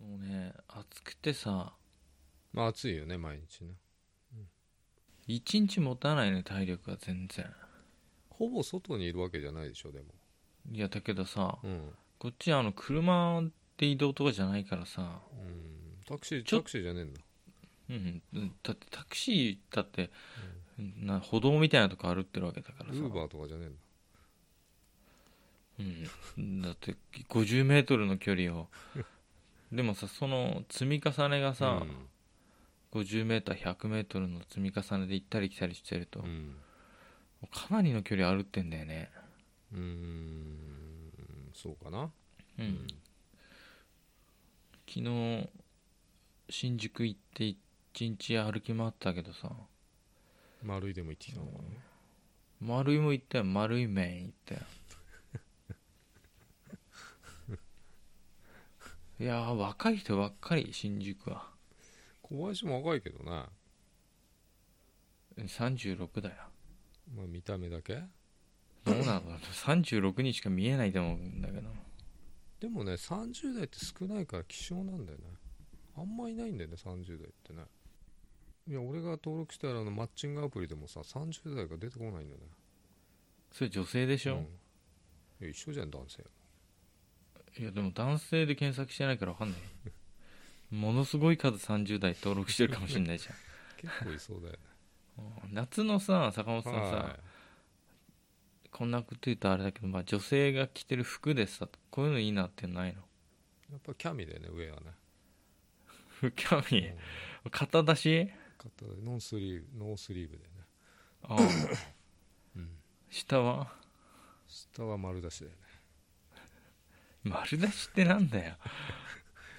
もうね、暑くてさ、まあ暑いよね毎日ね一日持たないね、体力が全然。ほぼ外にいるわけじゃないでしょでもいや、だけどさ、うん、こっちあの、車で移動とかじゃないからさ、うん、タクシーちょタクシーじゃねえんだうん、うんだってタクシーだって、な歩道みたいなとこ歩ってるわけだからウさ。ーバーとかじゃねえんだうん、だって50メートルの距離をでもさその積み重ねがさ、50メーター100メートルの積み重ねで行ったり来たりしてると、うん、うもんうかなりの距離歩ってんだよねうーんそうかなうん、うん昨日新宿行って一日歩き回ったけどさ丸いでも行ってきたのかな丸いも行ったよ丸い麺行ったよいやー若い人ばっかり新宿は小林も若いけどね、ま36だよあ、見た目だけどうなの ?36 にしか見えないと思うんだけど。でもね30代って少ないから希少なんだよねあんまいないんだよね30代ってねいや俺が登録したらあのマッチングアプリでもさ30代が出てこないんだよねそれ女性でしょ、うんいや一緒じゃん男性いやでも男性で検索してないから分かんないよものすごい数30代登録してるかもしれないじ結構いそうだよねゃんうん夏のさ坂本さんさ、はこんなこと言うとあれだけど、まあ、女性が着てる服でさこういうのいいなってないいやっぱキャミだよね上はねのキャミうん肩出し肩でノンスリーブノースリーブだよねあうん下は下は丸出しだよね丸出しってなんだよ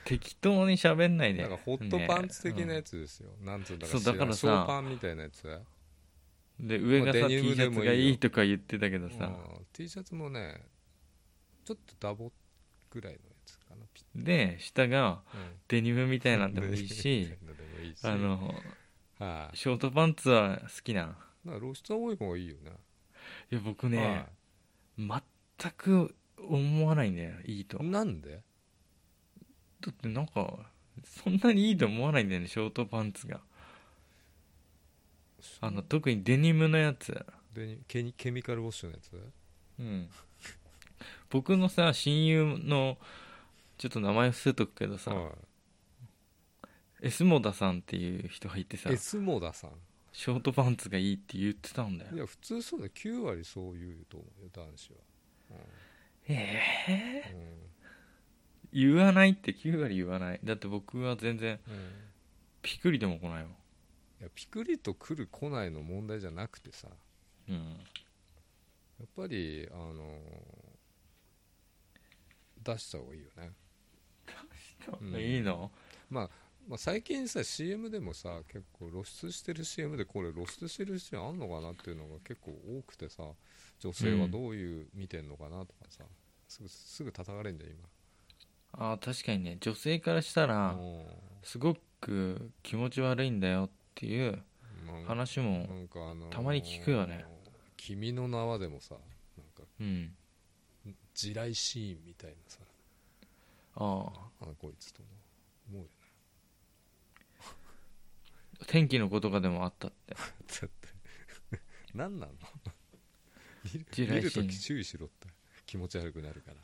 適当に喋んないでなんかホットパンツ的なやつですよ、なんつうんだかそうだからさショーパンみたいなやつで上がさ、まあデニ T ムシでャもいいよツがいいとか言ってたけどさ、うん T シャツもねちょっとダボぐらいのやつかなピで下がッ、うんデニムみたいなんでもいいし デニムみたいなのでもいいしあのはいショートパンツは好きなんなんか露出多い方がいいよねいや僕ね、全く思わないんだよいいとはだいなんでってなんかそんなにいいと思わないんだよねショートパンツがあの特にデニムのやつデニケニケミカルウォッシュのやつうん僕のさ親友のちょっと名前伏せとくけどさ、はエスモダさんっていう人がいてさいエスモダさんショートパンツがいいって言ってたんだよいや普通そうだよ9割そう言うと思うよ男子は、ええうん言わないって9割言わないだって僕は全然うんうんピクリでも来ないもんいやピクリと来る来ないの問題じゃなくてさうんやっぱりあの出した方がいいよね、うんいいのまあ、最近さ CM でもさ結構露出してる CM でこれ露出してるシーンあんのかなっていうのが結構多くてさ女性はどういう見てんのかなとかさ、すぐすぐ叩かれんじゃんあー確かにね女性からしたら今すごく気持ち悪いんだよっていううんなん話もなんかあのたまに聞くよね「君の名は」でもさなんかうん地雷シーンみたいなさああのこいつと思うよねあ天気の子とかでもあったってだって 何なの見る地見雷るシーンとき注意しろって気持ち悪くなるから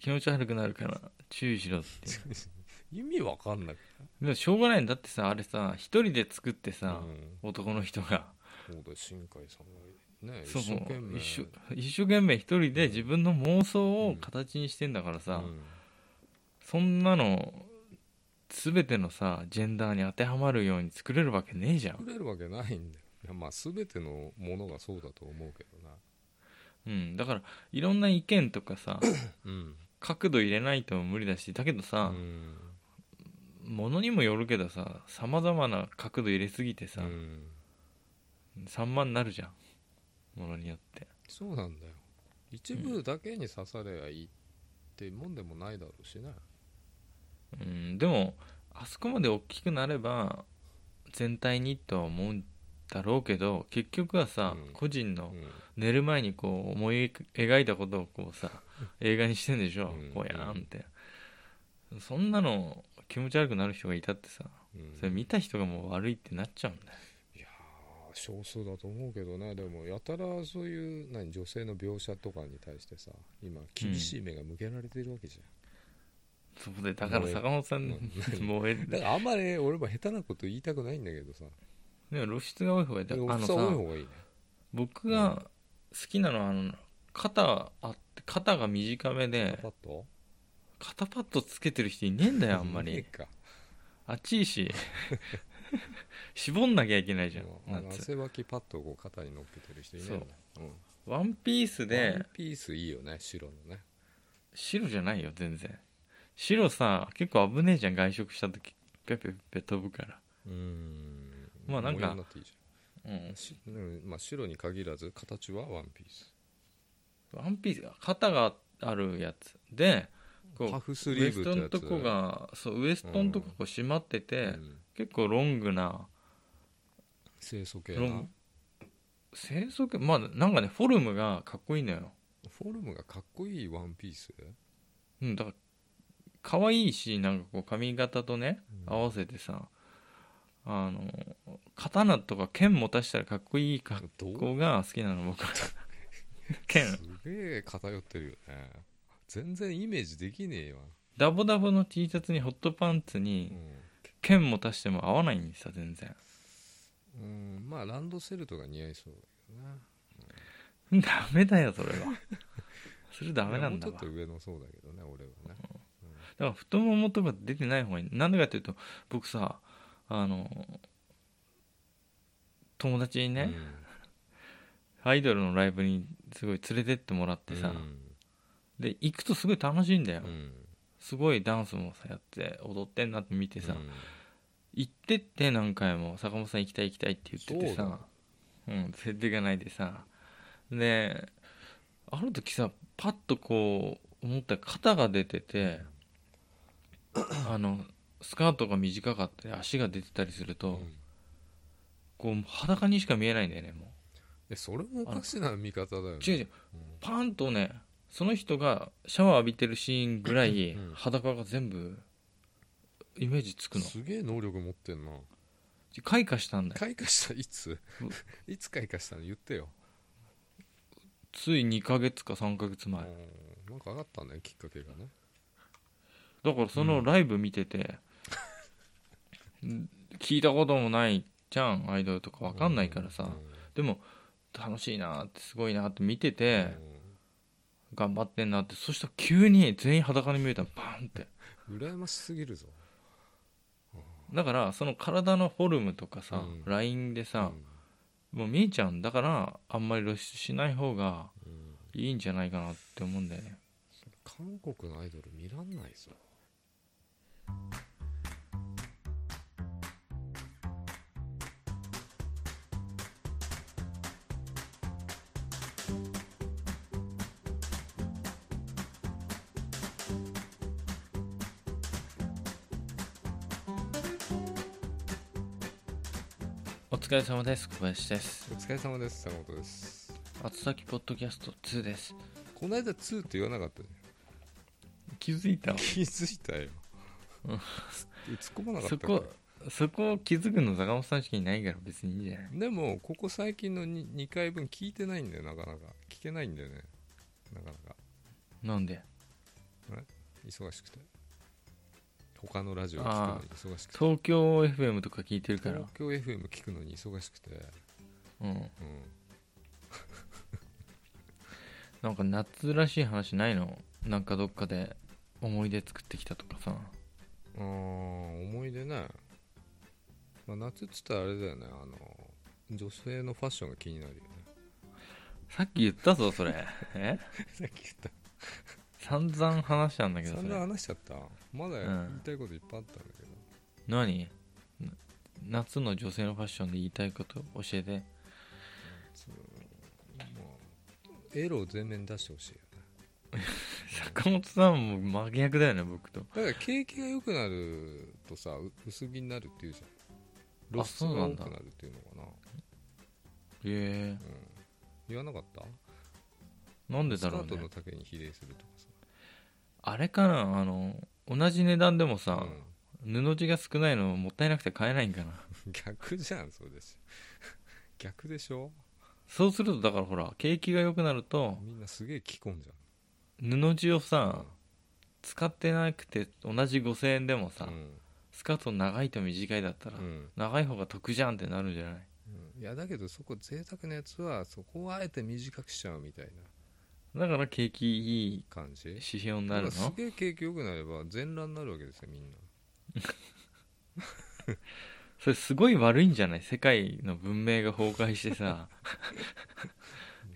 気持ち悪くなるから注意しろっていう意味わかんないでもしょうがないんだってさあれさ一人で作ってうさ、ん男の人がそうだ新海さんがねそ一う生懸命一生一生懸命一人で自分の妄想を形にしてんだからさ、うんそんなの全てのさジェンダーに当てはまるように作れるわけねえじゃん、作れるわけないんだよいやまあ全てのものがそうだと思うけどなうん、だからいろんな意見とか さうん角度入れないと無理だしだけどうさ、んものにもよるけどささまざまな角度入れすぎてうさ、ん散漫になるじゃんものによってそうなんだよ一部だけに刺さればいいってもんでもないだろうしなうんでもあそこまで大きくなれば全体にとは思うんだろうけど結局はさ、うん個人のうん寝る前にこう思い描いたことをこうさ映画にしてんでしょ、うんこうやんってそんなの気持ち悪くなる人がいたってさうんそれ見た人がもう悪いってなっちゃうんだよいやー少数だと思うけどねでもやたらそういう何女性の描写とかに対してさ今厳しい目が向けられてるわけじそこでだから坂本さん もうもうえゃん、だからあんまり俺も下手なこと言いたくないんだけどさでも露出が多い方がいいだであもの普通は多いさ方がいいね僕が好きなのはあの肩あって肩が短めでパッと肩パッドつけてる人いねえんだよあんまいいりかあっちい し絞んなきゃいけないじゃんもうあの夏汗ばきパッとこう肩に乗っけてる人いないんだうんワンピースワでンピースいいよね白のね白じゃないよ全然白さ結構危ねえじゃん外食した時ペペペペ飛ぶからうーんまあなんか模様にっていいじうんゃんしうんまあ、白に限らず形はワンピースワンピースが肩があるやつでこパうフスウリエースブってトやつのとこがそうウエストのとここう締まってて、うん結構ロングな清楚系ロなン清楚系まあなんかねフォルムがかっこいいのよ、フォルムがかっこいいワンピース、うん、だから可愛いしなんかこう髪型とね合わせてさあの刀とか剣持たしたらかっこいい格どう好が好きなの僕は 剣すげえ偏ってるよね全然イメージできねえわ、ダボダボの T シャツにホットパンツうにん剣持たしても合わないんですよ全然うんまあランドセルとか似合いそうだダメだよそれ はそれダけどメなんだもわうちょっと上のそうだけどね俺はねだから太ももとか出てない方がいいなんでかっていうと僕さあの友達にね、アイドルのライブにすごい連れてってもらっうてんさ、うんで行くとすごい楽しいんだよ、うんすごいダンスもさやって踊ってんなって見てさ、うん行ってって何回も坂本さん行きたい行きたいって言っててそうさうん連れていかないでさである時さパッとこう思ったら肩が出ててあのスカートが短かったり足が出てたりすると、うんこう裸にしか見えないんだよねもえそれもおかしな見方だよねう違う違ううんパーンとねその人がシャワー浴びてるシーンぐらいうん裸が全部イメージつくのすげえ能力持ってんな開花したんだよ開花したいついつ開花したの言ってよ、つい2ヶ月か3ヶ月前うんなんか上がったねきっかけがねだからそのライブ見て て、ん聞いたこともないじゃんアイドルとかわかんないからさ、うでも楽しいなってすごいなって見てんうて、ん頑張ってんなってそしたら急に全員裸に見えたのバーンって羨ましすぎるぞだからその体のフォルムとかさ、うんラインでうさ、んもう見えちゃうんだからあんまり露出しない方がうんいいんじゃないかなって思うんだよね韓国のアイドル見らんないぞお疲れ様です小林ですお疲れ様です坂本です厚崎ポッドキャスト2ですこの間2って言わなかったね気づいたわ気づいたようん突っ込まなかったそからこそこを気づくの坂本さんしかいないから別にいいんじゃないでもここ最近の 2, 2回分聞いてないんだよなかなか聞けないんだよねなかなかなんで忙しくて他のラジオ聞くのに忙しくて東京 FM とか聞いてるから東、京 FM 聞くのに忙しくて、うん、うん、なんか夏らしい話ないのなんかどっかで思い出作ってきたとかさあー思い出ね、まあ、夏っつったらあれだよねあの女性のファッションが気にな るよねさっき言ったぞそ れえさっき言っ散々話したんだけたどそそんれな話しちゃったまだうん言いたいこといっぱいあったんだけど、何な夏の女性のファッションで言いたいこと教えてまあ、エロを全面に出してほしいよね坂本さんも真逆だよね僕とだから景気が良くなるとさう薄着になるっていうじゃん露あ出そうがな多んだくなるっていうのかなへえ言わなかったなんでスカだろーうトねの丈に比例するとかあれかなあの同じ値段でもさ、さ、布地が少ないのもったいなくて買えないんかな 逆じゃんそうです 逆でしょそうするとだからほら景気が良くなるとみんなすげえ着込んじゃ布地をうさん使ってなくて同じ5000円でもさ、ううんスカート長いと短いだったら、うん長い方が得じゃんってなるんじゃないうんいやだけどそこ贅沢なやつはそこをあえて短くしちゃうみたいなだから景気いい感じ指標になだるからすのげえ景気良くなれば全裸になるわけですよみんなそれすごい悪いんじゃない世界の文明が崩壊して さ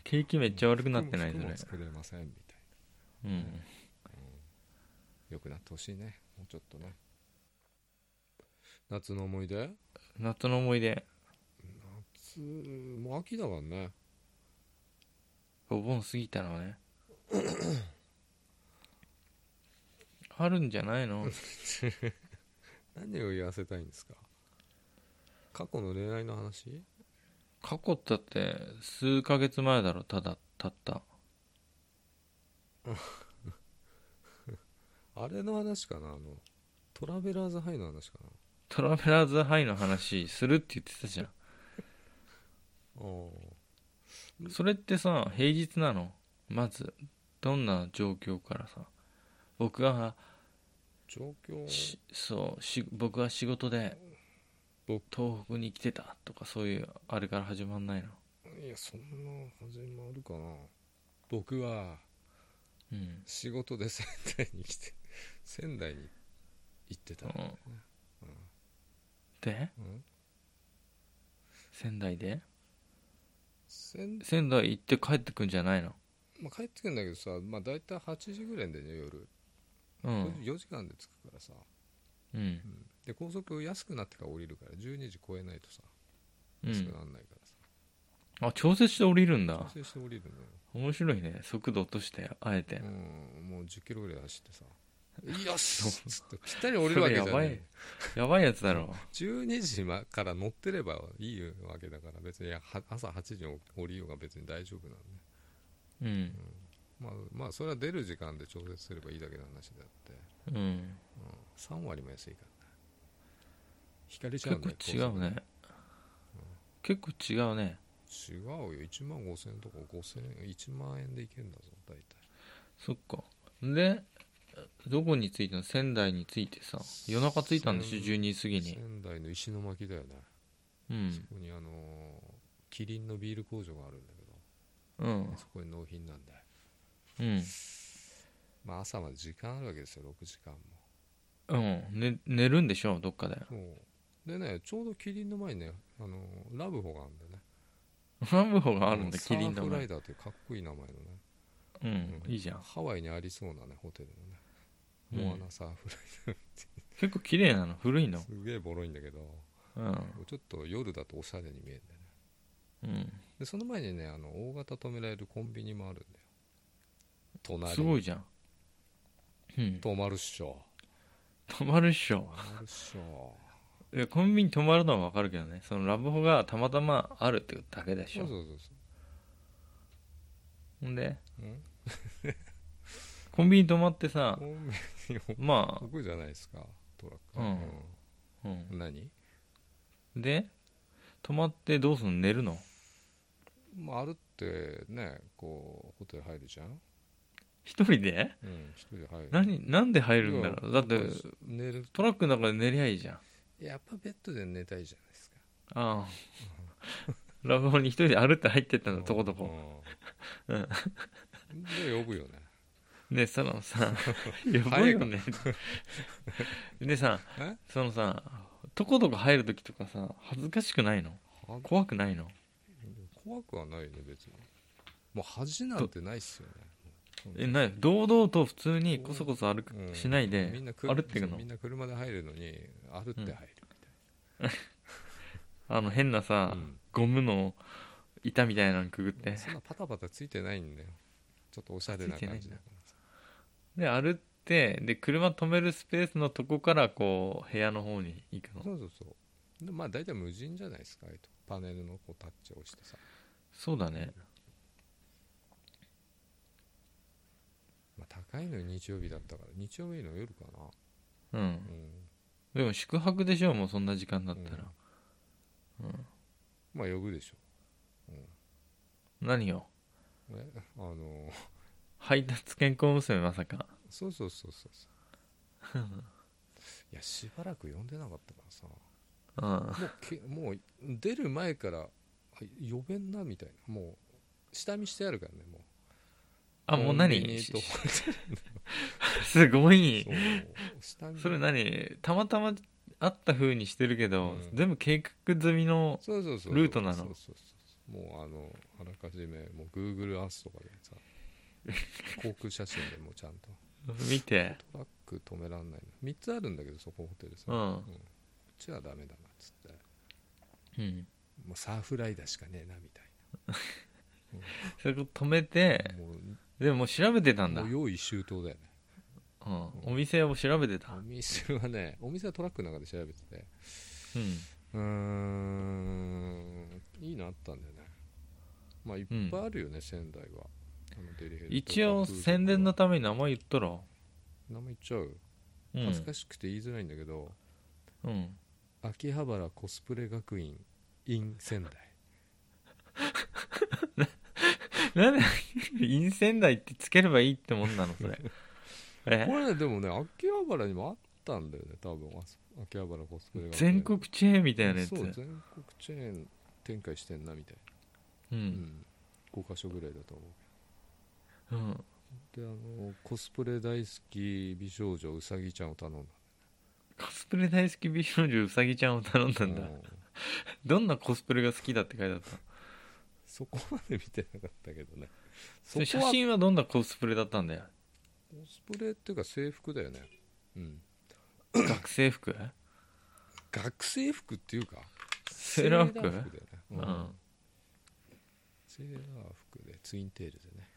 景気めっちゃ悪くなってないそ服もれ、服も作れませんみたいなうん、良くなってほしいねもうちょっとね夏の思い出夏の思い出夏もう秋だからねお盆過ぎたの ねあるんじゃないの何を言わせたいんですか過去の恋愛の話過去だって数ヶ月前だろただたったあれの話かなあのトラベラーズハイの話かなトラベラーズハイの話するって言ってたじゃおんそれってさ平日なのまずどんな状況からさ僕は状況しそうし僕は仕事で僕東北に来てたとかそういうあれから始まんないのいやそんな始まるかな僕はうん、仕事で仙台に来て 仙台に行ってた、うんでうん仙台で仙仙台行って帰ってくんじゃないのまあ、帰ってくるんだけどさ、まあ、大体8時ぐらいでね夜、うん4時間で着くからさうんで高速安くなってから降りるから12時超えないとさう安くんなんないからさ、あ調節して降りるんだ調整して降りるのよ面白いね速度落としてあえてうんもう10キロぐら い走ってさ「よし!」っつってぴったり降りるわけじゃそれやなばいいやばいやつだろ12時まから乗ってればいいわけだから別にいやは朝8時に降りようが別に大丈夫なのねうんまあまあそれは出る時間で調節すればいいだけの話であって、うんうん、3割も安いからね引かれちゃ結うんだ構違ようね結構違うね違うよ1万5000円とか5000円1万円でいけんだぞ大体そっかでどこに着いたの仙台に着いてさ夜中着いたんでしょ仙12時過ぎに仙台の石巻だよね、うそんこにあのーキリンのビール工場があるんだけどうんそこに納品なんでうんまあ朝まで時間あるわけですよ6時間もうん、ね、寝るんでしょどっかでそうでねちょうどキリンの前にねあのーラブホがあるんだよねラブホがあるんだうキリンサのーフライ前ダーっていうかっこいい名前のねうんいいじゃんハワイにありそうなねホテルうんのねモアナサーフライ結構綺麗なの古いダのー、すげえボロいんだけどうんちょっと夜だとおしゃれに見えるんだよねうんでその前にねあの大型止められるコンビニもあるんだよ隣すごいじゃんうん泊まるっしょ泊まるっしょ泊まるっしょいやコンビニ泊まるのはわかるけどねそのラブホがたまたまあるってだけでしそうょそうそうそほんでう、うん、コンビニ泊まってさコンビニをま僕じゃないですかトラック、うんあ、ううん何、ん、で泊まってどうすんの寝るのまあ、あるってねこうホテル入るじゃん、一人でうん、一人で入る何なんで入るんだろうだってやぱり寝るトラックの中で寝りゃいいじゃんいややっぱベッドで寝たいじゃないですか ああラブホに一人で歩って入ってったんだとことこうんで呼ぶよねでそのさ やばいよねでさえそのさとことこ入る時とかさ恥ずかしくないのは怖くないの怖くはないね別にもう恥なんてないっすよねえな堂々と普通にこそこそ歩く、うんしないでみんな車歩っていくのみんな車で入るのに歩って入る、あの変なさ、うんゴムの板みたいなのくぐってそんなパタパタついてないんだよちょっとおしゃれな感じだからさで歩ってで車止めるスペースのとこからこう部屋の方に行くのそうそうそうでまあ大体無人じゃないですかああいうとこパネルのこうタッチを押してさ、そうだねまあ、高いのよ日曜日だったから日曜日の夜かなうんうんでも宿泊でしょもうそんな時間だったら、まあ呼ぶでしょ何よねあの配達健康娘まさかそうそうそうそうそう いやしばらく呼んでなかったからさうんもうけもう出る前からあ呼べんなみたいなもう下見してあるからねもうあもうコンビ何ニと すごいそう下見それ何たまたまあった風にしてるけど、うん全部計画済みのそうそうそうルートなのそうそうそうもうあのあらかじめもう Google Earth とかでさ 航空写真でもちゃんと見てトラック止めらんないの3つあるんだけどそこホテルさ、うこん、っちはダメだなっつってうん、もうサーフライダーしかねえなみたいそこ止めてなもうでももう調べてたんだ、う、もうん用意周到だよねお店を調べてたお店はねお店はトラックの中で調べててうんうーんいいのあったんだよねまあいっぱいあるよね、仙台はあのデリヘルとか一応宣伝のために名前言ったら名前言っちゃうう恥ずんかしくて言いづらいんだけど、うん秋葉原コスプレ学院 in 仙台なんで陰仙台ってつければいいってもんなの それえこれねでもね秋葉原にもあったんだよね多分あそ秋葉原コスプレ学院全国チェーンみたいなやつそうう全国チェーン展開してんなみたいな、うんん、5か所ぐらいだと思ううんけどであのコスプレ大好き美少女うさぎちゃんを頼んだコスプレ大好き美少女うさぎちゃんを頼んだんだうどんなコスプレが好きだって書いてあったそこまで見てなかったけどね そそれこ写は真はどんなコスプレだった んだよコスプレっていうか制服だよねうん学生服学生服っていうかセーラー服セだよね、うん、セーラー服でツインテールでね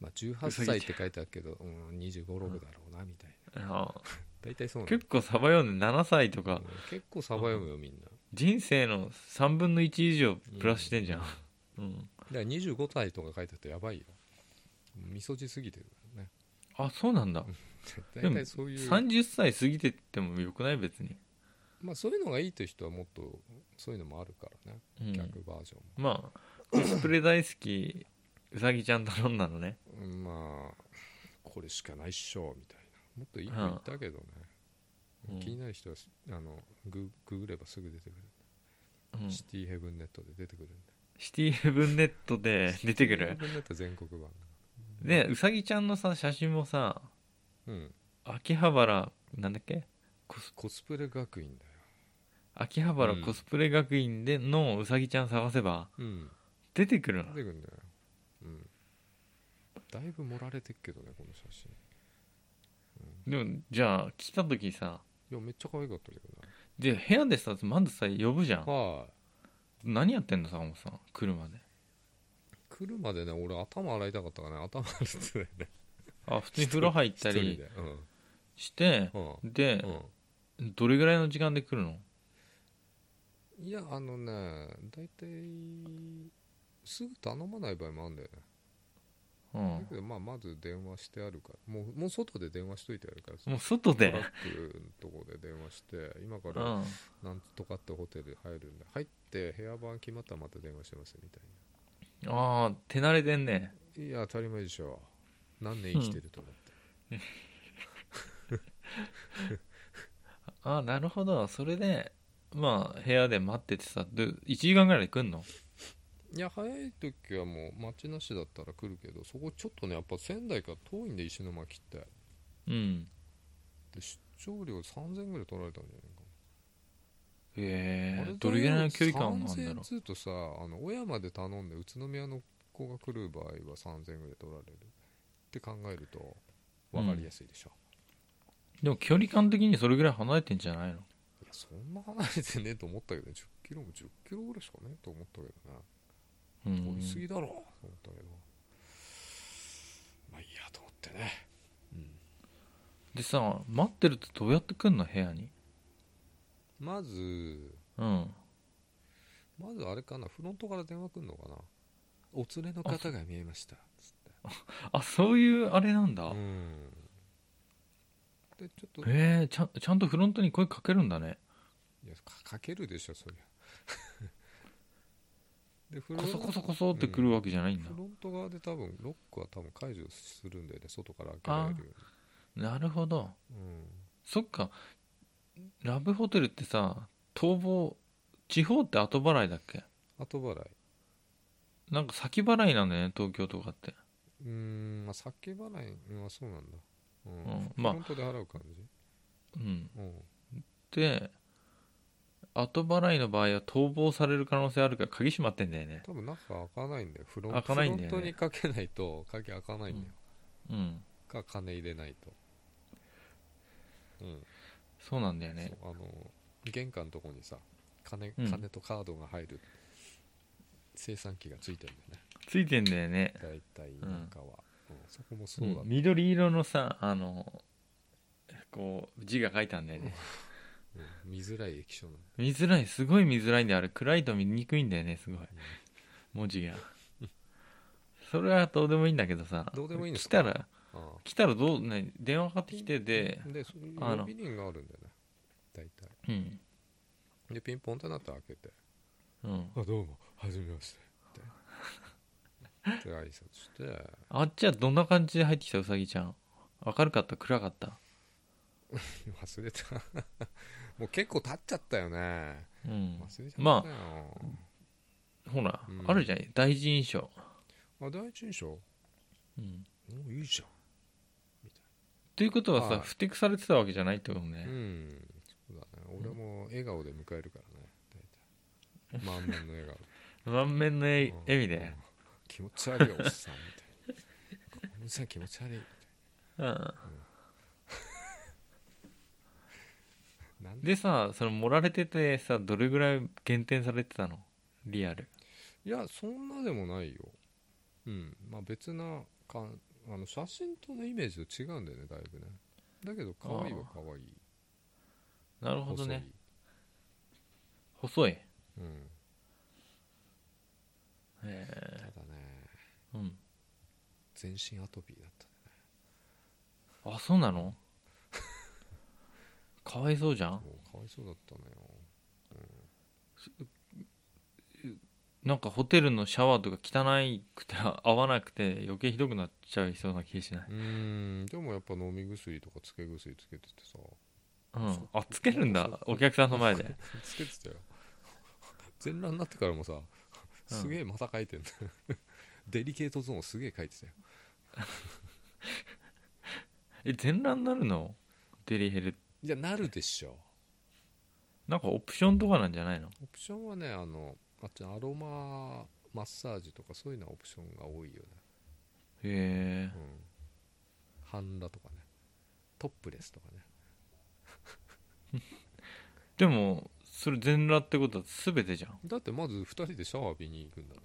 まあ18歳って書いてあるけど、うん、2 5 6だろうなみたいなあ大体そうなの結構サバ読んで7歳とかうん結構サバ読むよみんな人生の3分の1以上プラスしてんじゃん、うん、だから25歳とか書いてあるとやばいよみそじすぎてるからねあそうなんだで大も体そういう30歳過ぎてってもよくない別に、まあそういうのがいいという人はもっとそういうのもあるからねうん逆バージョンもまあコスプレ大好きうさぎちゃん頼んだのねまあこれしかないっしょみたいなもっといいのうん言ったけどね、うん気になる人はすあのグググればすぐ出てくる、うんシティヘブンネットで出てくるんでシティヘブンネットで出てくシティヘるブンネット全国版でうさぎちゃんのさ写真もさうん秋葉原なんだっけコスコスプレ学院だよ秋葉原コスプレ学院でのうさぎちゃん探せばうん出てくる出のてくるんだようんだいぶ盛られてっけどねこの写真でもじゃあ来た時さいやめっちゃ可愛かったけどなで部屋でさまずさ呼ぶじゃんはい、何やってんの坂本さん車で来るまでね俺頭洗いたかったからね頭洗ってたよねあ普通に風呂入っ一た人りでうんしてうんでうんどれぐらいの時間で来るのいやあのね大体すぐ頼まない場合もあるんだよね、うだんけどまあまず電話してあるからもうもう外で電話しといてあるからもう外でトラックのとこで電話して今かうらんなんとかってホテル入るんで入って部屋番決まったらまた電話してますみたいああ手慣れてんねないや当たり前でしょ何年生きてると思って、ああなるほどそれでまあ部屋で待っててさで1時間ぐらいで来んのいや早い時はもう町なしだったら来るけどそこちょっとねやっぱ仙台から遠いんで石巻ってでうん出張料3000ぐらい取られたんじゃえないかなあえれどれぐらいの距離感なんだ3000ろ通とさあの親まで頼んで宇都宮の子が来る場合は3000ぐらい取られるって考えると分かりやすいでしょ、うでも距離感的にそれぐらい離れてんじゃないのいやそんな離れてねえと思ったけど1 0キロも1 0キロぐらいしかねえと思ったけどなう取りんすぎだろと思ったけどまあいいやと思ってね、でさ待ってるとどうやって来んの部屋にまずうんまずあれかなフロントから電話来んのかなお連れの方が見えましたつってあそういうあれなんだ、うんでちょっといえー、ちゃんちゃんとフロントに声かけるんだねやかかけるでしょそりゃ でフロこそこンそこそってくるわけじゃないんだフ、ロント側で多分ロックは多分解除するんだよね外から開けられるよなるほどうにうんそっかラブホテルってさ逃亡地方って後払いだっけ後払いなんか先払いなんだよね東京とかってうーんまあ酒払いはそうなんだうんうんフまあロントで払う感じうんうんで後払いの場合は逃亡される可能性あるから鍵閉まってんだよね多分中開かないんだよフロン開かないんだよねフロントにかけないと鍵開かないんだよ、うんか金入れないとうんそうなんだよねそうあの玄関のとこにさ金うん金とカードが入る生産機がついてるんだよねついてんだよね、大体中は、うんそこもそうだ、うん緑色のさあのこう字が書いてあるんだよねうん見づらい液晶なんだ見づらいすごい見づらいんであれ暗いと見にくいんだよねすごいうん文字 がそれはどうでもいいんだけどさどうでもいいんです来かたらあ来たらどう、ね、電話かかってきてであ、でそういうあの呼び鈴があるんだよね大体うんでピンポンってなったら開けてうん「あどうもはじめまして」ってで挨拶してあっちはどんな感じで入ってきたうさぎちゃん明るかった暗かった忘れた もう結構経っちゃったよねうん忘れちゃったよ、まほら、うんあるじゃん第一印象、あ、第一印象うん、うんいいじということはさ、はいふてくされてたわけじゃないってことゃん、うね、んそうだね俺も笑顔で迎えるからね大体満面の笑満面のえ顔笑みうんで、気持ち悪いよおっさんみたいなおっさん気持ち悪いみうん、たいななんでさその盛られててさどれぐらい減点されてたのリアルいやそんなでもないようんまあ別なかんあの写真とのイメージと違うんだよねだいぶねだけど可愛いは可愛いなるほど細いね細いうんえただねーうん全身アトピーだったねあそうなのかわいそうじゃんもうかわいそうだったのよなんかホテルのシャワーとか汚くて合わなくて余計ひどくなっちゃいそうな気がしないうーんでもやっぱ飲み薬とかつけ薬つけててさうんあつけるんだお客さんの前で つけてたよ全裸になってからもさすげえまた書いてんだよデリケートゾーンすげえ書いてたよえ全裸になるのデリヘルいやなるでしょなんかオプションとかなんじゃないのオプションはねあのあっちのアロママッサージとかそういうのはオプションが多いよねへえうん半裸とかねトップレスとかねでもそれ全裸ってことは全てじゃんだってまず2人でシャワー浴びに行くんだね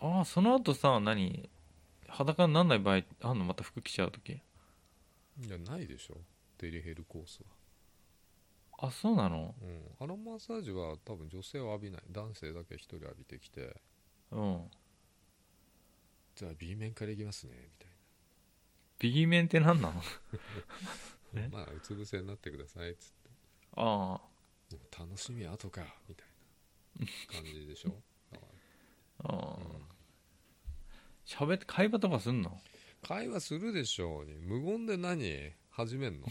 ああその後さ何裸にならない場合あんのまた服着ちゃう時いやないでしょデリヘルコースはあそうなのうん、アロママッサージは多分女性は浴びない男性だけ一人浴びてきてうんじゃあ B 面からいきますねみたい B 面って何なのえなまあうつ伏せになってくださいっつっあてでも楽しみは後かみたいな感じでしょだかあああら、うん喋って会話とかすんの会話するでしょうに無言で何始めんの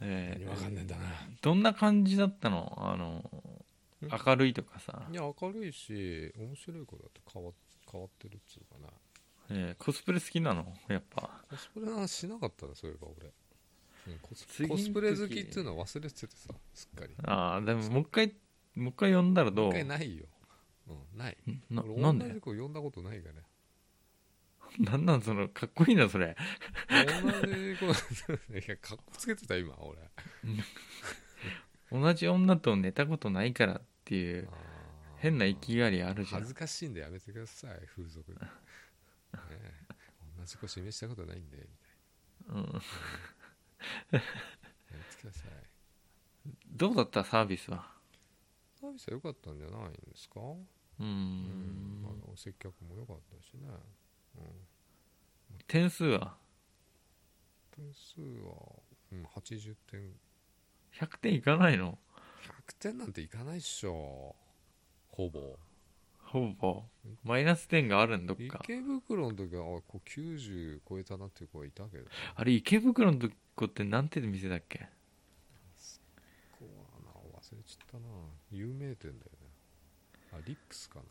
え何えわかんねえんだなどんな感じだったのあのん明るいとかさ、いや明るいし面白い子だって変わ変わってるっつうかなええコスプレ好きなのやっぱコスプレの話しなかったねそういえば俺、うん、コス次のコ時スプレ好きっていうのは忘れててさすっかりああでももう一回もう一回呼んだらど一う回ないよ、うん、ないな俺なん女での子呼んだことないからねなんなんそのかっこいいなそれ同じ子 いやかっこつけてた今俺同じ女と寝たことないからっていう変な息息がりあるじゃ恥んずかしいんでやめてください風俗ねえ同じ子示したことないんでみたいうんなやめてくださいどうだったサービスはサービスは良かったんじゃないんですかうーうんんまあ、お接客も良かったしね、うん、点数は点数は、うん、80点100点いかないの100点なんていかないっしょほぼほぼマイナス点があるんどっか池袋の時はあこう90超えたなっていう子はいたけどあれ池袋のとこってなんて店だっけこうな忘れちゃったな有名店だよねあリップスかな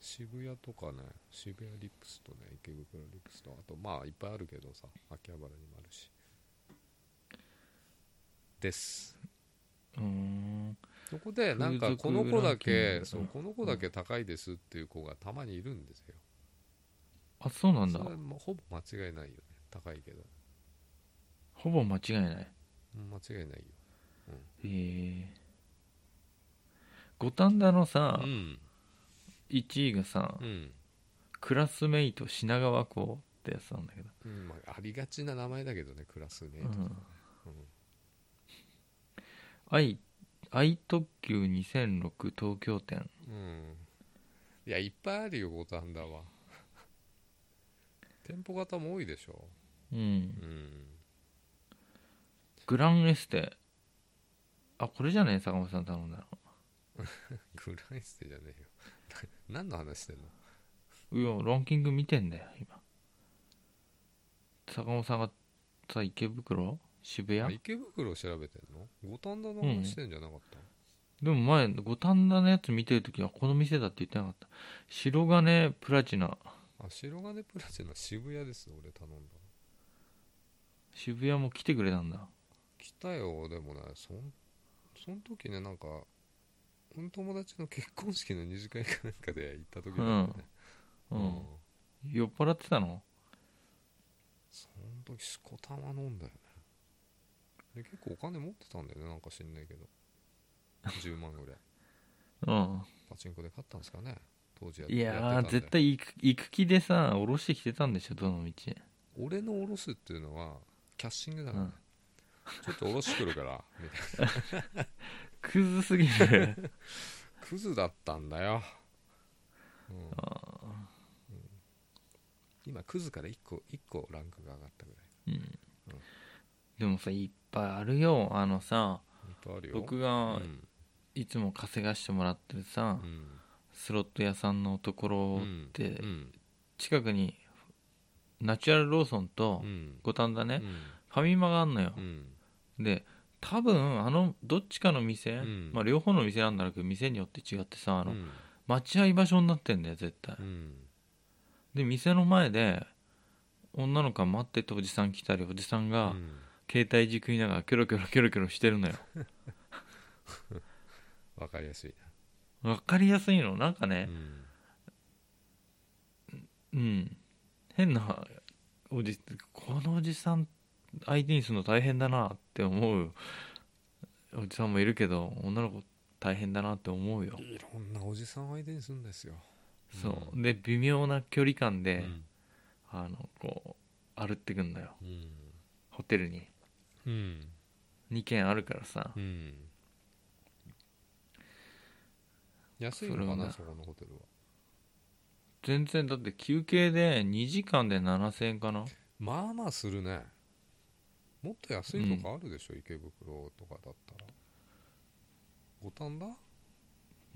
渋谷とかね渋谷リップスとね池袋リップスとあとまあいっぱいあるけどさ秋葉原にもあるしですうーんそこでなんか風こ俗の子だランキンけグそううんこの子だけ高いですっていう子がたまにいるんですよあそうなんだそれはもうほぼ間違いないよね高いけどほぼ間違いないうん間違いないよへえ五反田のさ、うん1位がさ、うん、クラスメイト品川校ってやつなんだけど、うんまあ、ありがちな名前だけどねクラスメイうトん、愛愛特急2006東京店うんいやいっぱいあるよ五反田は 店舗型も多いでしょうん、うんグランエステあこれじゃねえ坂本さん頼んだグランエステじゃねえよ 何の話してんののいやランキング見てんだよ今坂本さんがさ池袋渋あ谷池袋を調べてんの五反田の話してんじゃなかった、でも前五反田のやつ見てるときはこの店だって言ってなかった白金プラチナあ白金プラチナ渋谷です俺頼んだの渋谷も来てくれたんだ来たよでもねそんその時ねなんか俺の友達の結婚式の二次会かなんかで行った時だったね、ううんん、酔っ払ってたのその時しこたま飲んだよねで結構お金持ってたんだよねなんか知んない けど10万ぐらいうんパチンコで買ったんですかね当時やいややーってたんで絶対行く行く気でさ下ろしてきてたんでしょどの道俺のおろすっていうのはキャッシングだからね、ちょっとおろしてく るからみたいなクズすぎ るクズだったんだよ、うんうん今クズから1個1個ランクが上がったぐらいうんでもさいっぱいあるよあのさいっぱいあるよ僕うがんいつも稼がしてもらってるさ、うんスロット屋さんのところっうてん近くにナチュラルローソンとうん五反田うねんファミマがあんのようんで多分あのどっちかの店、うんまあ、両方の店なんだろうけど店によって違ってさあうのん待合場所になってんだよ絶対うんで店の前で女の子が待ってておじさん来たりおじさんがうん携帯いじくりながらキョロキョロキョロキョロしてるのよわかりやすいわかりやすいのなんかなねうん変なおじこのおじさん相手にするの大変だなって思うおじさんもいるけど女の子大変だなって思うようんいろんなおじさん相手にするんですよそうで微妙な距離感うで、んあのこう歩ってくんだようんホテルにうん2軒あるからさうん安いのかなそそこのホテルは全然だって休憩で2時間で7000円かなまあまあするねもっと安いとこあるでしょ、池袋とかだったら五反田い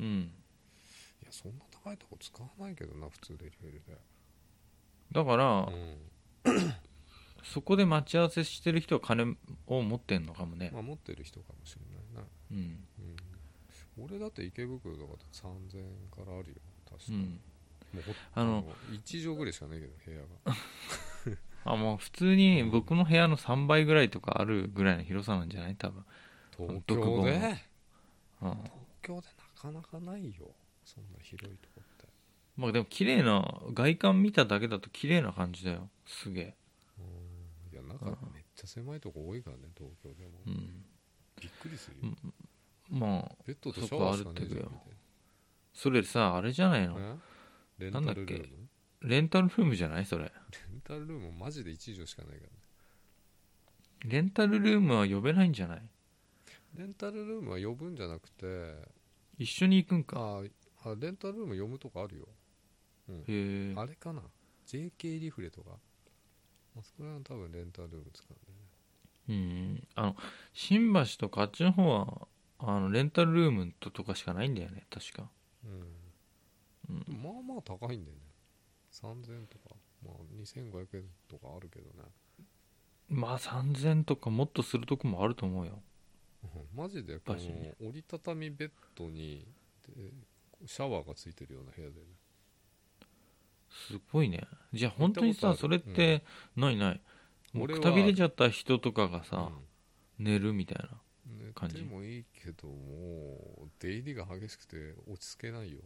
うんやそんな高いとこ使わないけどな普通でレベルでだからうんそこで待ち合わせしてる人は金を持ってんのかもねまあ持ってる人かもしれないなうんうん俺だって池袋とかって3000円からあるよ確かうに、んもうほあの1畳ぐらいしかないけど部屋があもう普通に僕の部屋の3倍ぐらいとかあるぐらいの広さなんじゃない多分東独房京ので東東うん京でなかなかないよそんな広いとこってまあでも綺麗な外観見ただけだと綺麗な感じだよすげえうんいや中うんめっちゃ狭いとこ多いからね東京でも、うんびっくりするよ、うんまあベッドとシャワーしかねえじゃんそこそれさあれじゃないみたいのなえレンなタんだっルけルームレンタルルームじゃないそれレンタルルームマジで1畳しかないからねレンタルルームは呼べないんじゃないレンタルルームは呼ぶんじゃなくて一緒に行くんかああレンタルルーム呼ぶとこあるよへえあれかな JK リフレとかあそこら辺は多分レンタルーム使うんだよねうんあの新橋とかあっちの方はあのレンタルルームとかしかないんだよね確かうん、でもまあまあ高いんだよね3000とか、まあ、2500円とかあるけどね、まあ3000とかもっとするとこもあると思うようんマジでこマジねの折りたたみベッドにでシャワーがついてるような部屋でねすごいねじゃあ本当に行さったそことあれるって、ないないもう俺くたはびれちゃった人とかがさ、寝るみたいなうん寝感てじもいいけどもう出入りが激しくて落ち着けないよ、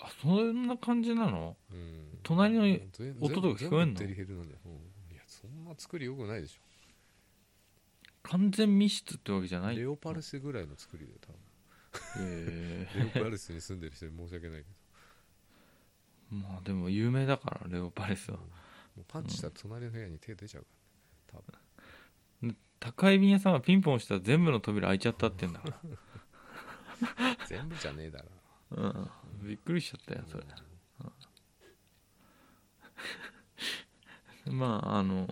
あそんな感じなのうん、隣のもう全音とか聞こえんの全部デリヘルなんだよ、うんいやそんな作りよくないでしょ完全密室ってわけじゃないレオパルスぐらいの作りで多え え分レオパルスに住んでる人に申し訳ないけ どまあでも有名だからレオパレスはもうパンチしたら隣の部屋に手出ちゃうからね多分宅配便屋さんがピンポン押したら全部の扉開いちゃったってんだか 全部じゃねえだろら、うん、びっくりしちゃったよそれまああの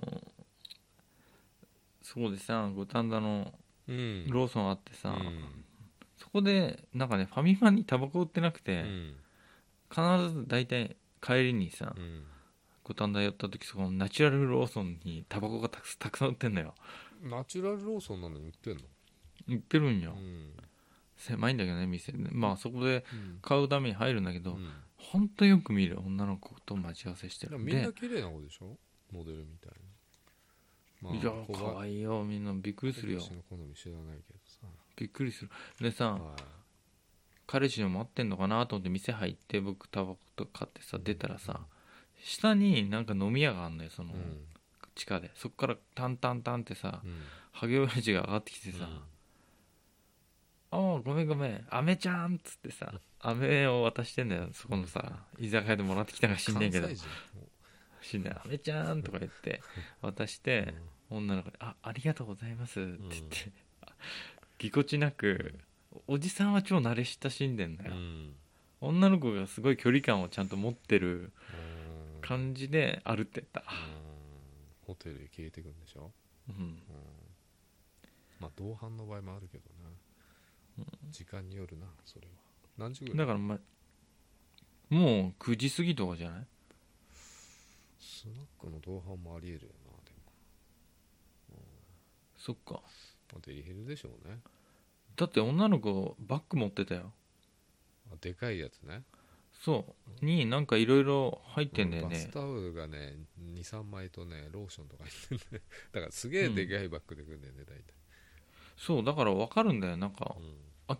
そうでさ五反田のうんローソンあってうさ、んそこでなんかねファミマにタバコ売ってなくうて、ん必ず大体帰りにさうん五反田寄った時そこのナチュラルローソンにタバコがたくたくさん売ってんだよナチュラルローソンなのに売ってんの売ってるんよ、うん狭いんだけどね店まあそこでうん買うために入るんだけど、うんほんとよく見る女の子と待ち合わせしてでるもんみでんな綺麗な子でしょモデルみたいな、いや可い愛いよみんなびっくりするよ私の好み知らないけどさ、びっくりするでさはい彼氏でも待ってんのかなと思って店入って僕タバコとか買ってさ出たらさ下になんか飲み屋があんのよそのうん地下でそこからタンタンタンってさうんハゲオヤジが上がってきてうさん「ああごめんごめんアメちゃん」っつってさアメを渡してんだよそこのさ居酒屋でもらってきたから知んねえけど関西人死んだら「アメちゃん」とか言って渡して女の子に「あありがとうございます」って言って、ぎこちなくおじさんは超慣れ親しんでんだうよ、ん女の子がすごい距離感をちゃんと持ってるうん感じで歩ってた、うんホテルへ消えてくんでしょうん、うんまあ同伴の場合もあるけどな時間によるなそれは何時ぐらだいから、ま、もう9時過ぎとかじゃないスナックの同伴もありえるよなでもそっかまあデリヘルでしょうねだって女の子バッグ持ってたよあでかいやつねそうになんかいろいろ入ってんだよバスねタオルがね23枚とねローションとか入ってるねだからすげえでかいバッグでくんだよね大体、そうだから分かるんだよなんか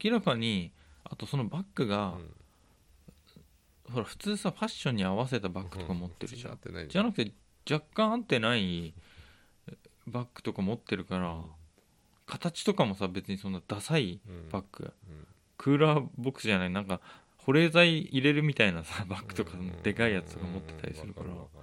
明らかにあとそのバッグが、うんほら普通さファッションに合わせたバッグとか持ってるじゃうん普通に合ってないじゃなくて若干合ってないバッグとか持ってるから形とかもさ別にそんなダサいうんバッグうんクーラーボックスじゃないなんか保冷剤入れるみたいなさバッグとかうんでかいやつとか持ってたりするからうんわかる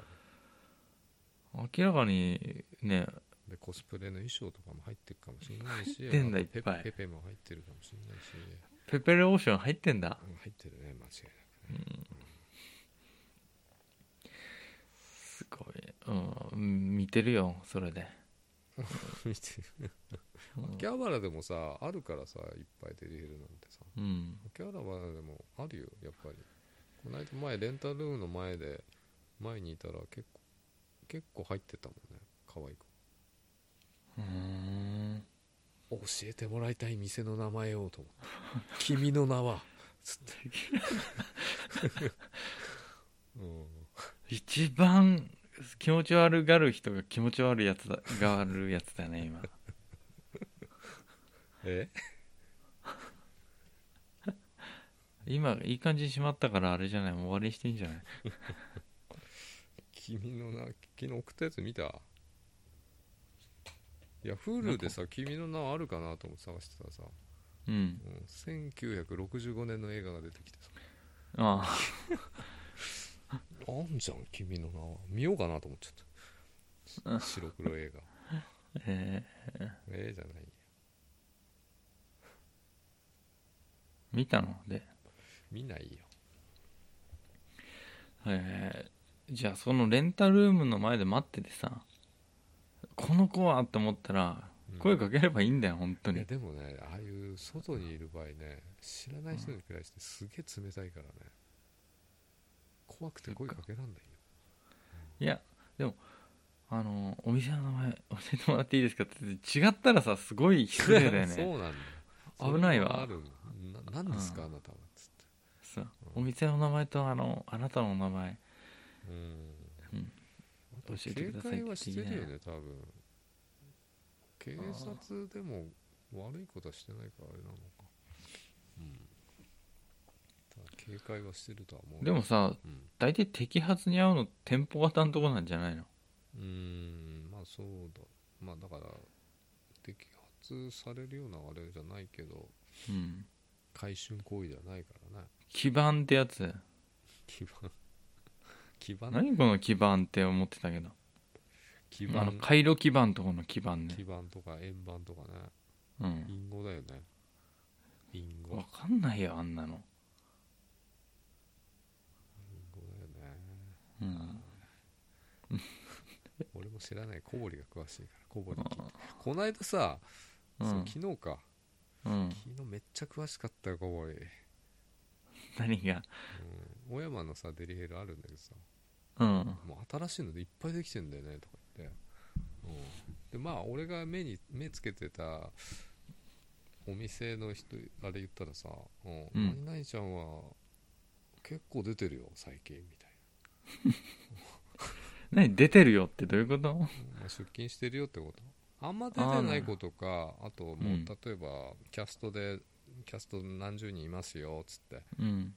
わか明らかにねるでコスプレの衣装とかも入ってるかもしれないし入ってんだあとペいっぱいペペも入ってるかもしれないしペペレオーション入ってんだうん入ってるね間違いないすごいうん見てるよそれで見てる秋葉原でもさあるからさいっぱいデリヘルなんてさうん秋葉原でもあるよやっぱりこの間前レンタルームの前で前にいたら結構結構入ってたもんね可愛いうん子教えてもらいたい店の名前をと思って「君の名は」つって、 うん、一番気持ち悪がる人が気持ち悪いやつだがるやつだね今え今いい感じにしまったからあれじゃないもう終わりにしていいんじゃない君の名昨日送ったやつ見たいや Hulu でさ「君の名あるかな?」と思って探してたらさ、うんうん、1965年の映画が出てきてさああんじゃん君の名は見ようかなと思っちゃった白黒映画あえええじゃないー見たので見ないよえじゃあそのレンタルームの前で待っててさこの子はって思ったらうん声かければいいんだよ本当いやにでもねああいう外にいる場合ね知らない人に対してすげえ冷たいからね怖くて声かけらんないよいやでもあのお店の名前教えてもらっていいですかって言って違ったらさすごい失礼だよそうねなんだよ危ないわそれはあるな何ですかあなたはつってさお店の名前とあのあなたのお名前ううんんあと教えて警ください戒はしてるよね多分警あー察でも悪いことはしてないからあれなのかうんただ警戒はしてるとは思うでもさうん大体摘発に合うの店舗型のとこなんじゃないのうーんまあそうだまあだから摘発されるようなあれじゃないけどうん回春行為ではないからね基盤ってやつ基盤 基盤何この基盤って思ってたけど基あの盤回路基盤とこの基盤ね基盤とか円盤とかねうん隠語だよね隠語わかんないよあんなの隠語だよねうん俺も知らない小堀が詳しいから小堀聞いてこないださ、うそうん昨日かうん昨日めっちゃ詳しかったよ小堀、何がうん、小山のさデリヘルあるんだけどさうんもう新しいのでいっぱいできてんだよねとか言って、でまあ俺が目に目つけてたお店の人あれ言ったらさ「うんうん何々ちゃんは結構出てるよ最近」みたい何出てるよってどういうことな、まあ、出勤してるよってことあんま出てない子とかあともううん例えばキャストで、キャスト何十人いますよっつってうん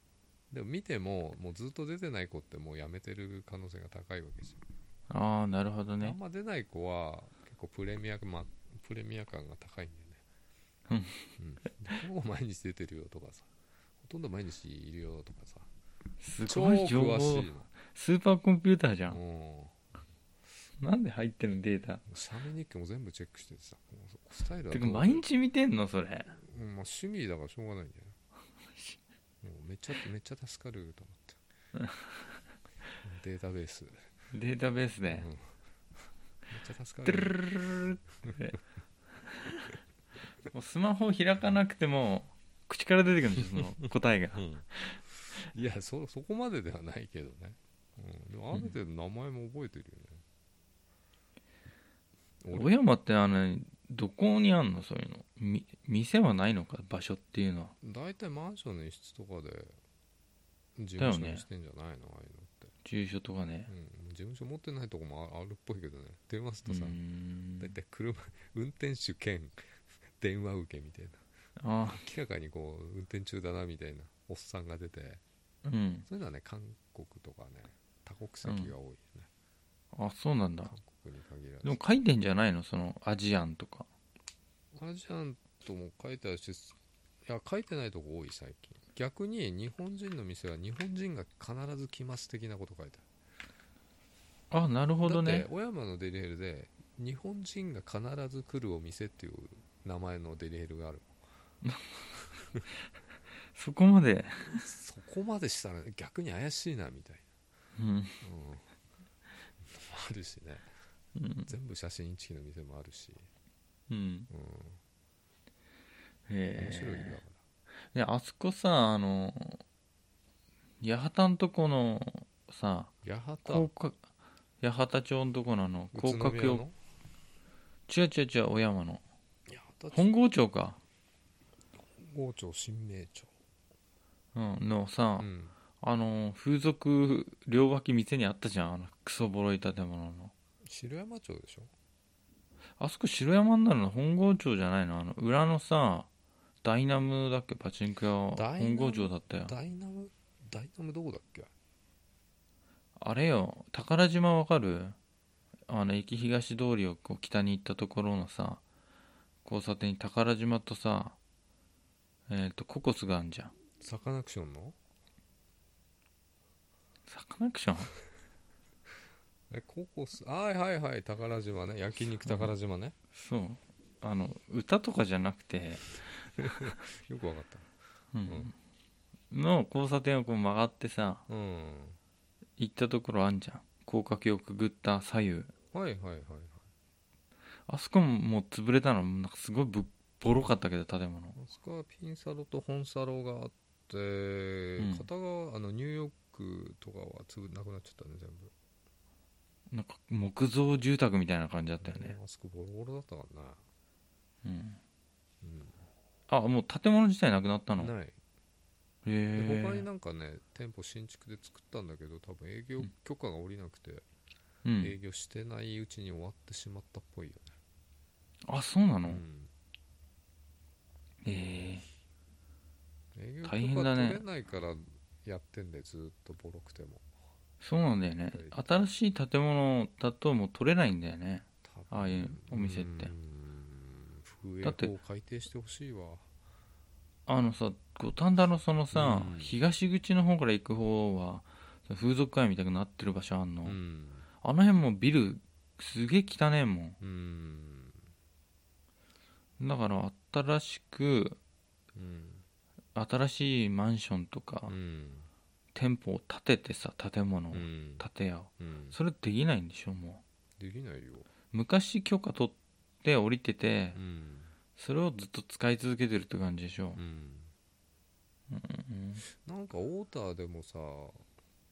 でも見てももうずっと出てない子ってもうやめてる可能性が高いわけじゃんああなるほどあねんま出ない子は結構プレミア,、ま、プレミア感が高いんだよね、うん、ほぼ毎日出てるよとかさほとんど毎日いるよとかさす超ごい情詳し報いスーパーコンピューターじゃのんうんなんで入ってるデータ写メ日記も全部チェックしててさもうスタイルはてどかう毎日見てんのそれうんまあ、趣味だからしょうがないんじゃないもうめっちゃめっちゃ助かると 思ってデータベース、データベースうん、めでっちゃ助トかゥルるルルルルって もうスマホ開かなくても口から出てくるんですよその答え がいやそそこまでではないけどね、うん、でもある程度名前も覚えてるよね、小山ってあのどこにあんのそういうのみ店はないのか場所っていうのは俺大体マンションの一室とかで事務所だよにねしてんじゃないの、ああいうのって、住所とかねうん、事務所持ってないとこもああるっぽいけどね電話すうるとさん大体車運転手兼 電話受けみたいなあ明らかにこう運転中だなみたいなおっさんが出てうんそういうのはね韓国とかね多国籍が多いよね、あそうなんだ韓国に限らずでも書いてんじゃないのそのアジアンとかアジアンとも書いてあるしいや書いてないとこ多い最近逆に日本人の店は日本人が必ず来ます的なこと書いてああなるほるどだってね小山のデリヘルで日本人が必ず来るお店っていう名前のデリヘルがあるそこまで、そこまでしたら逆に怪しいなみたいうんな、うん、 あるしねうん全部写真インチキの店もあるし、うん、うん、面白いだかへら、えあそこさあの八幡んとこのさ八広幡角八幡町のとこのあの宇広都角宮用の違う違う違う小山の八幡本郷町か、王朝新名町、うん、のさ、うん、あの風俗両脇店にあったじゃんあのクソボロい建物の城山町でしょあそこ城山になるの本郷町じゃないのあの裏のさダイナムだっけパチンコ屋ダイナ本ム郷町だったよダイナムダイナムどこだっけあれよ宝島わかるあの駅東通りをこう北に行ったところのさ交差点に宝島とさえっ、とココスがあんじゃんサカナクションのサカナクションえココスはいはいはい宝島ね焼肉宝 島ね、そうあの歌とかじゃなくて、よくわかったうんの交差点をこう曲がってさうん行ったところあんじゃん高架橋をくぐった左右はいはいはいはいあそこももう潰れたのなんかすごいぶっボロかったけど建物あそこはピンサロと本サロがあって、ん片側あのニューヨークとかはつぶなくなっちゃったね全部なんか木造住宅みたいな感じだったよね、あそこボロボロだったからな、うん、うあもう建物自体なくなったのん、へないで他にえなんかね店舗新築で作ったんだけど多分営業うん許可が下りなくて、うん営業してないうちに終わってしまったっぽいよあそうなのね、へえ営業大変だね許可取れないからやってんでずーっとボロくてもそうなんだよね新しい建物だともう取れないんだよね多分ああいうお店ってうん風営だって法改定してほしいわあのさ五反田のそのさ、うん東口の方から行く方はその風俗街みたいになってる場所あんの、うんあの辺もビルすげえ汚ねえもうんんだから新しくうん新しいマンションとか、うん店舗を建ててさ建物を、うん建屋をうんそれできないんでしょもできないよう昔許可取って降りてて、うんそれをずっと使い続けてるって感じでしょう、んうんなんかオーターでもさ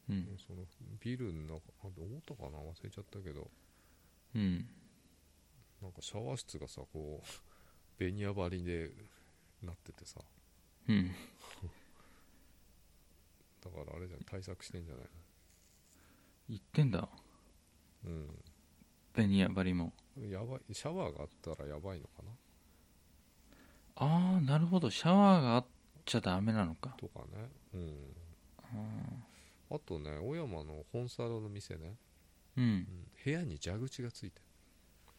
うんうんそのビルの中あオータかな忘れちゃったけどうんなんかシャワー室がさこうベニヤ張りでなっててさうんだからあれじゃん対策してんじゃない言ってんだのベニヤ張りもうんやばいシャワーがあったらやばいのかなああなるほどシャワーがあっちゃダメなのかとかねうんあとね小山の本サロの店ね、 ううんん、部屋に蛇口がついてる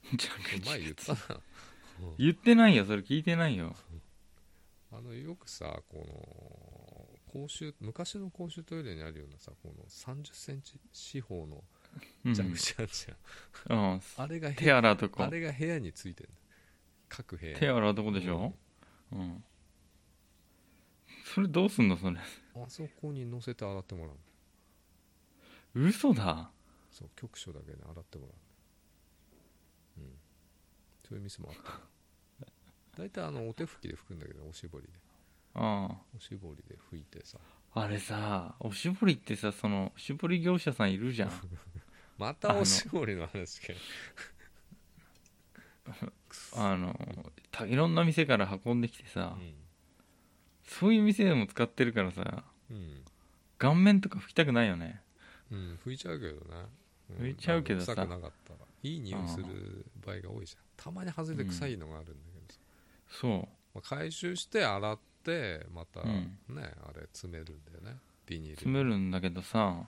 蛇口前言ったな言ってないよそれ聞いてないよあのよくさこの公衆昔の公衆トイレにあるようなさこの3 0ンチ四方のうん蛇口あるじゃん、うんあれが部手屋洗うとこあれが部屋についてる各部屋に手洗うとこでしょうんそれどうすんのそれあそこに乗せて洗ってもらうの嘘だそう局所だけで洗ってもらうのうんそういう店もあったな大体あのお手拭きで拭くんだけどおしぼりであおしぼりで拭いてさああれさおしぼりってさそのおしぼり業者さんいるじゃんまあたのおしぼりの話かよあのたいろんな店から運んできてさ、うそういう店でも使ってるからさんうん、顔面とか拭きたくないよねうん、拭いちゃうけどね、拭んいちゃうけどさあの臭くなかったらいい匂いする場合が多いじゃんたまに外れて臭いのがあるんだけどさ、そまあ、回収して洗ってまたうねん、あれ詰めるんだよねビニールう詰めるんだけど さ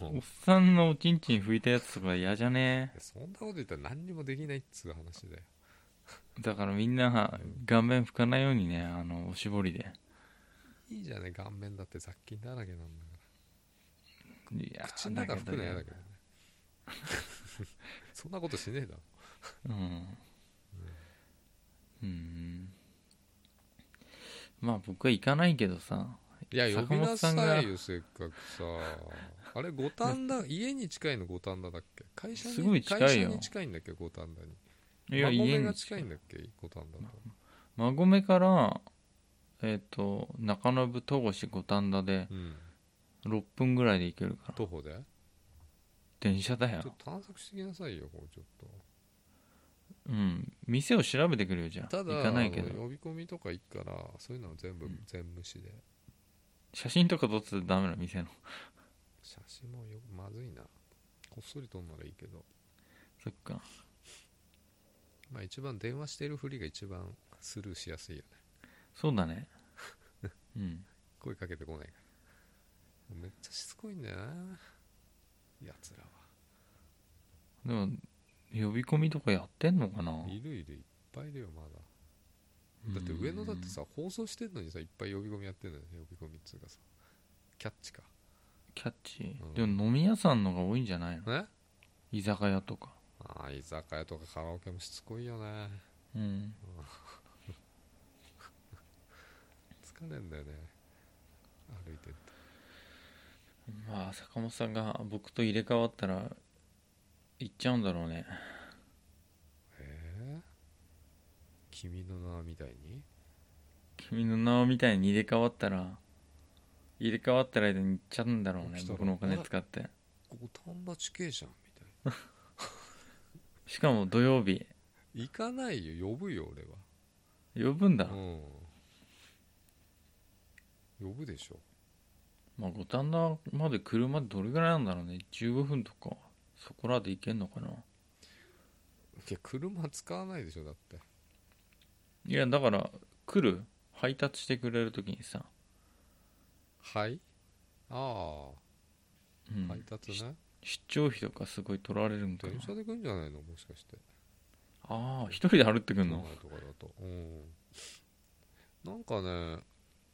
もうおっさんのおちんちん拭いたやつとか嫌じゃねそんなこと言ったら何にもできないっつう話だよだからみんな顔面拭かないようにねあのおしぼりでいいじゃね顔面だって雑菌だらけなんだかいやら口の中だけ拭どくの嫌だけどねそんなことしねえだろうんうんまあ僕は行か ないけどさいや呼坂びな本さんがさいよせっかくさあれ五反田 家に近いの五反田だっけ会社にすごい近いよ会社に近いんだっけ五反田にいや馬家込にが近いんだっけ五反田と馬込からえっ、と中延戸越五反田でうん6分ぐらいで行けるから徒歩でち電車だょっとよ探索してきなさいよこうちょっとうん店を調べてくるよじゃあただ行かないけあのど呼び込みとか行くからそういうのは全部全無視で写真とか撮ってたらダメな店の写真もよまずいなこっそり撮んならいいけどそっかまあ一番電話してるふりが一番スルーしやすいよねそうだ ねうん声かけてこないからめっちゃしつこいんだよなやつらはでも呼び込みとかやってんのかないるいるいっぱいいるよまだだって上野だってさ放送してんのにさいっぱい呼び込みやってんのよ呼び込みっつうかさキャッチかキャッチうんーでも飲み屋さんのが多いんじゃないのね居酒屋とかああ居酒屋とかカラオケもしつこいよねうん疲れんだよね歩いてってまあ坂本さんが僕と入れ替わったら行っちゃうんだろうねえー、君の名はみたいに君の名をみたいに入れ替わったら入れ替わったら間に行っちゃうんだろうね起きたら僕のお金使って五反田地形じゃんみたいしかも土曜日な行かないよ呼ぶよ俺は呼ぶんだ、うん呼ぶでしょまあ五反田まで車でどれぐらいなんだろうね15分とかそこらで行けんのかないや車使わないでしょだっていやだから来る配達してくれる時にさ、はいあうあん配達ね出張費とかすごい取られるんだ電車で来んじゃないのもしかしてああ一人で歩ってくん都の内とかだとうんなんかね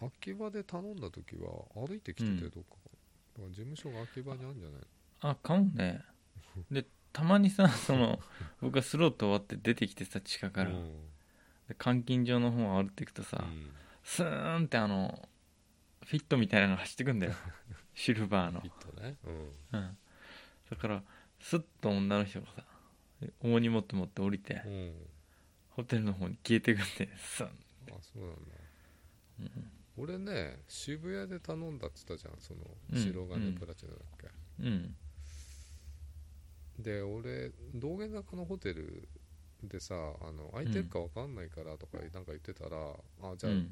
秋葉で頼んだ時は歩いてきてうてんどっか,、事務所が秋葉にあるんじゃないのあかもねでたまにさその僕がスロット終わって出てきてさ地下から、うんで監禁場の方を歩っていくとさ、うんスーンってあのフィットみたいなのが走ってくん だよシルバーのピ、ッとね、うん、うん、だからスッと女の人がさ重荷持って持って降りてうん、ホテルの方に消えてくんでスンあそうなんだうん俺ね渋谷で頼んだっつったじゃんそのうん白う金んプラチナだっけ、うんで俺道玄坂のホテルでさあの空いてるか分かんないからとかなんか言ってたら、あじうゃあ、ん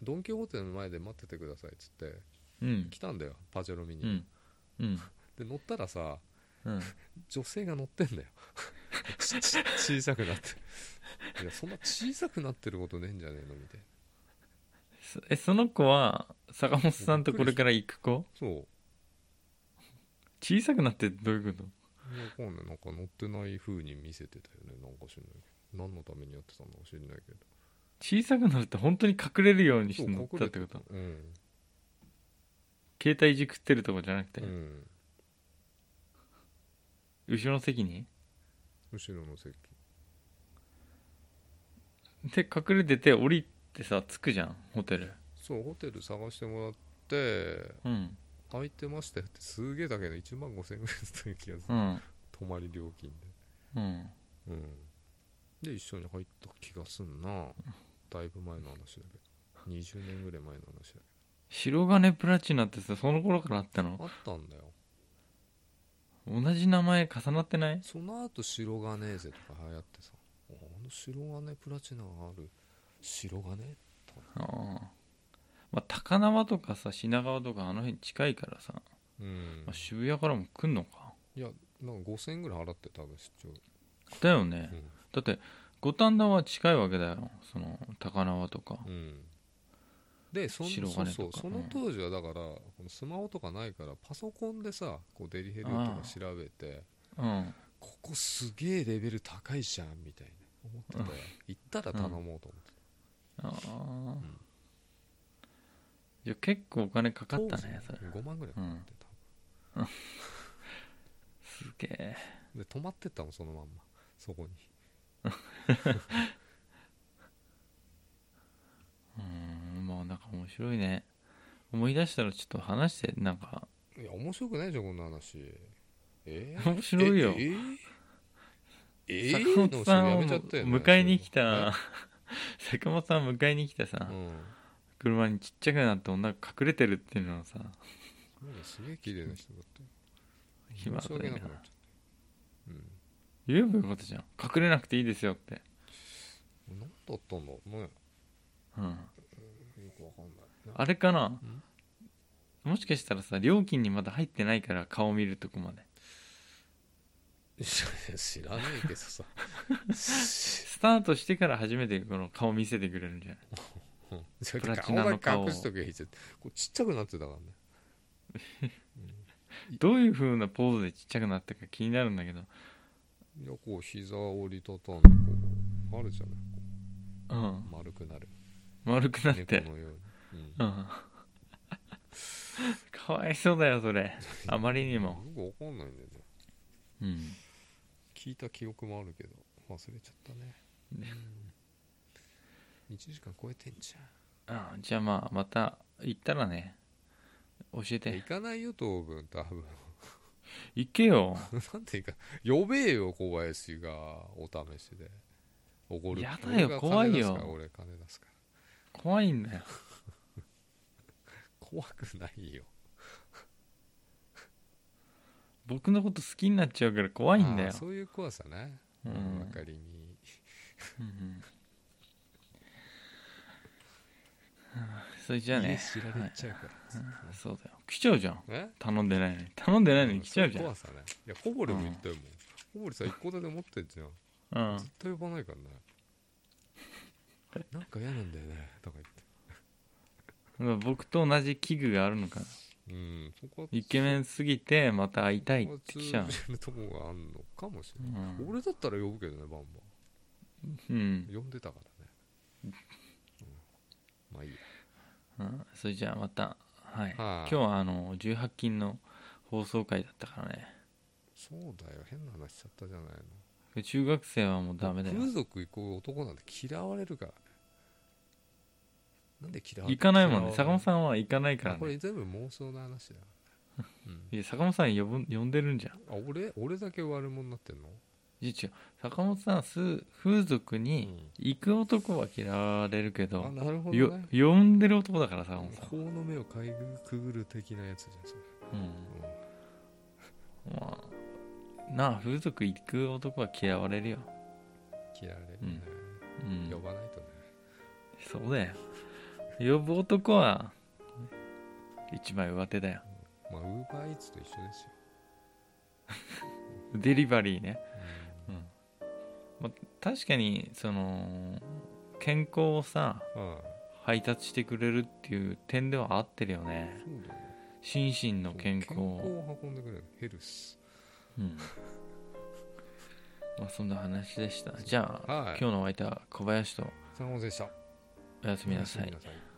ドン・キホーテの前で待っててくださいっつってうん来たんだよパジェロミに、うんうんで乗ったらさうん女性が乗ってんだよ ちち小さくなっていやそんな小さくなってることねえんじゃねえのみたいなそえその子は坂本さんとこれから行く子そう小さくなってどういうことわかんないなんか乗ってない風に見せてたよねなんか知んないけど何のためにやってたのか知んないけど小さくなるって本当に隠れるようにしてそう乗ったって隠ことうん、携帯いじくってるとこじゃなくて、うん、後ろの席に後ろの席で隠れてて降りてさ着くじゃんホテルそうホテル探してもらってうん空いてましたよってすげえだけど1万5000円ぐらいだった気がすうるん泊まり料金でうんうんで一緒に入った気がすんなだいぶ前の話だけど20年ぐらい前の話だけ白金プラチナってさその頃からあったどのあったんだよ同じ名前重なってないその後白金ーゼとか流行ってさあの白金プラチナがある白金ああまあ高輪とかさ品川とかあの辺近いからさ、うんまあ、渋谷からも来んのかいやなんか5000円ぐらい払って多分出張だよねうんだって五反田は近いわけだよその高輪とかうんでそん白そう金とそかうその当時はだから、このスマホとかないからパソコンでさこうデリヘルとか調べてうんここすげえレベル高いじゃんみたいな思ってたよ行ったら頼もうと思ってああじゃあ結構お金かかた、ったねそれ5万ぐらいかかってた、すげえで泊まってったもんそのまんまそこにうんまあなんか面白いね思い出したらちょっと話してなんかいや面白くないじゃんこんな話えー、面白いよえーえー、坂本さんのをやめちゃったよね迎えに来うんた 坂本さんを迎えに来たさ 車にちっちゃくなって女が隠れてるっていうのをさなんかすげえ綺麗な人だったよ暇だ申し訳よななくなっちゃったうん言えばよかったじゃん隠れなくていいですよって何だったんだろうねようんくわかんないあれかなもしかしたらさ料金にまだ入ってないから顔見るとこまで知らねえけど さスタートしてから初めてこの顔見せてくれるんじゃないじゃプラチナあの顔顔隠しとけばいいじゃんこうちっちゃくなってたからねどういう風なポーズでちっちゃくなったか気になるんだけどいやこう膝を折りたたんでこうあるじゃないうん丸くなる丸くなって猫のように、うん かわいそうだよそれあまりにもうん、よくわかんないんだよねうん聞いた記憶もあるけど忘れちゃったねね1時間超えてんじゃんあじゃあまあまた行ったらね教えて行かないよ当分多分行けよなんていうか呼べえよ小林がお試しでおごるやだよ俺が金怖いよ出すから俺金出すから怖いんだよ怖くないよ僕のこと好きになっちゃうから怖いんだあよーそういう怖さねうわ、んかりにうんそれじゃあ家ね知られちゃうから、そうだよ来ちゃうじゃんえ頼んでないのに頼んでないのに来ちゃうじゃん怖さねいや小堀も言ったよもう小堀さ一戸建て持ってんじゃんうん絶対呼ばないからねなんか嫌なんだよねとか言まってあ僕と同じ器具があるのかなうんそこはイケメンすぎてまた会いたいって来ちゃう通じるとこがあんのかもしれうない、ん俺だったら呼ぶけどねバンバうんン呼んでたからね、うんまあいいやうんそれじゃあまたはいは今い日はあの18禁の放送回だったからねそうだよ変な話しちゃったじゃないの中学生はもうダメだよ風俗行こう男なんて嫌われるからねなんで嫌われ行かないもんね嫌坂われ本さんは行かないるからこねれ全部妄想の話 だからね、うんいや坂本さん呼ぶ呼んでるんじゃんあ俺俺だけ悪者になってんのいや違う坂本さんす風俗に行く男は嫌われるけあど、なるほどよね呼んでる男だから坂本さん、法の目をかいぐくぐる的なやつじゃんそれ、うんうんまあ、なあ風俗行く男は嫌われるよ、嫌われるね、うん、呼ばないとねそうだよ呼ぶ男は一枚上手だよまあウーバーイーツと一緒ですよ、デリバリーね確かにその健康をさうん、配達してくれるっていう点では合ってるよねそうだよね心身の健康健康を運んでくれるヘルスうんまあそんな話でしたじゃあ、はい今日のお相手は小林と坂本でしたおやすみなさおいやすみなさい